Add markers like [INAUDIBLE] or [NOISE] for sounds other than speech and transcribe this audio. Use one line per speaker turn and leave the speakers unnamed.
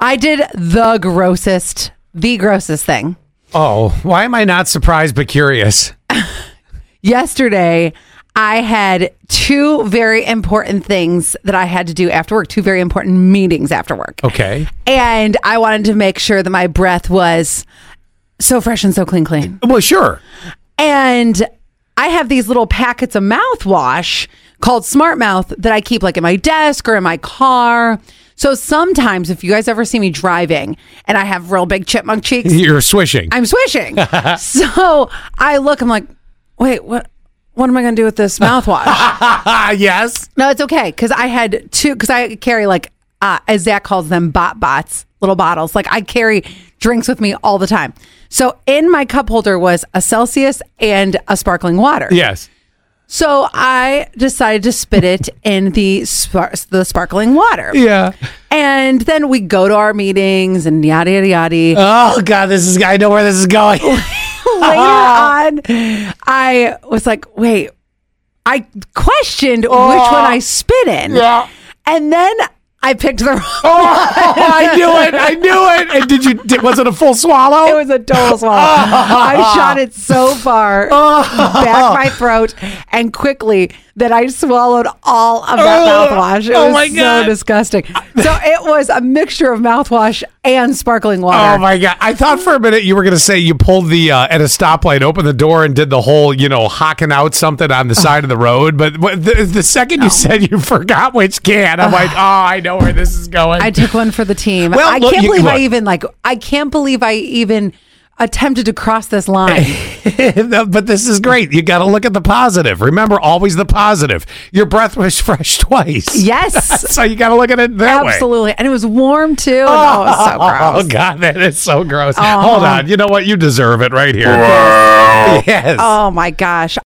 I did the grossest, the grossest thing.
Oh, why am I not surprised but curious?
Yesterday, I had two very important things that I had to do after work, two very important meetings after work.
Okay.
And I wanted to make sure that my breath was so fresh and so clean, clean.
Well, sure.
And I have these little packets of mouthwash called Smart Mouth that I keep like in my desk or in my car. So sometimes, if you guys ever see me driving and I have real big chipmunk cheeks,
You're swishing.
I'm swishing. so I look, I'm like, wait, what? What am I going to do with this mouthwash?
Ah, yes.
no, it's okay because I had two. Because I carry like, uh, as Zach calls them, bot bots, little bottles. Like I carry drinks with me all the time. So in my cup holder was a Celsius and a sparkling water.
Yes.
So I decided to spit it in the spar- the sparkling water.
Yeah.
And then we go to our meetings and yada yada yada.
Oh God, this is. I know where this is going.
[LAUGHS]
[LAUGHS]
later on, I was like, wait, I questioned which one I spit in.
Yeah.
And then I picked the [LAUGHS] wrong
oh, I knew it. I knew it. And did you? Did, was it a full swallow?
[LAUGHS] It was a total
[LAUGHS]
swallow. I shot it so far back my throat and quickly that I swallowed all of that
Oh.
mouthwash. It
Oh
was
my God.
so disgusting. So it was a mixture of mouthwash and sparkling water.
Oh my god! I thought for a minute you were going to say you pulled the uh, at a stoplight, opened the door, and did the whole you know hocking out something on the side of the road. But wh- the, the second you said you forgot which can, I'm like, oh, I know where this is going.
I took one for the team.
Well,
I
look,
can't
you-
believe I
look.
even like I can't believe I even attempted to cross this
[LAUGHS]
line.
but this is great. You got to look at the positive. Remember, always the positive. Your breath was [LAUGHS] fresh twice.
yes.
So you got to look at it that way.
absolutely. And it was warm too. And, oh, it was so
[LAUGHS] Oh
gross.
God, that is so gross. Hold on, you know what? You deserve it right here. [LAUGHS] yes.
Oh my gosh.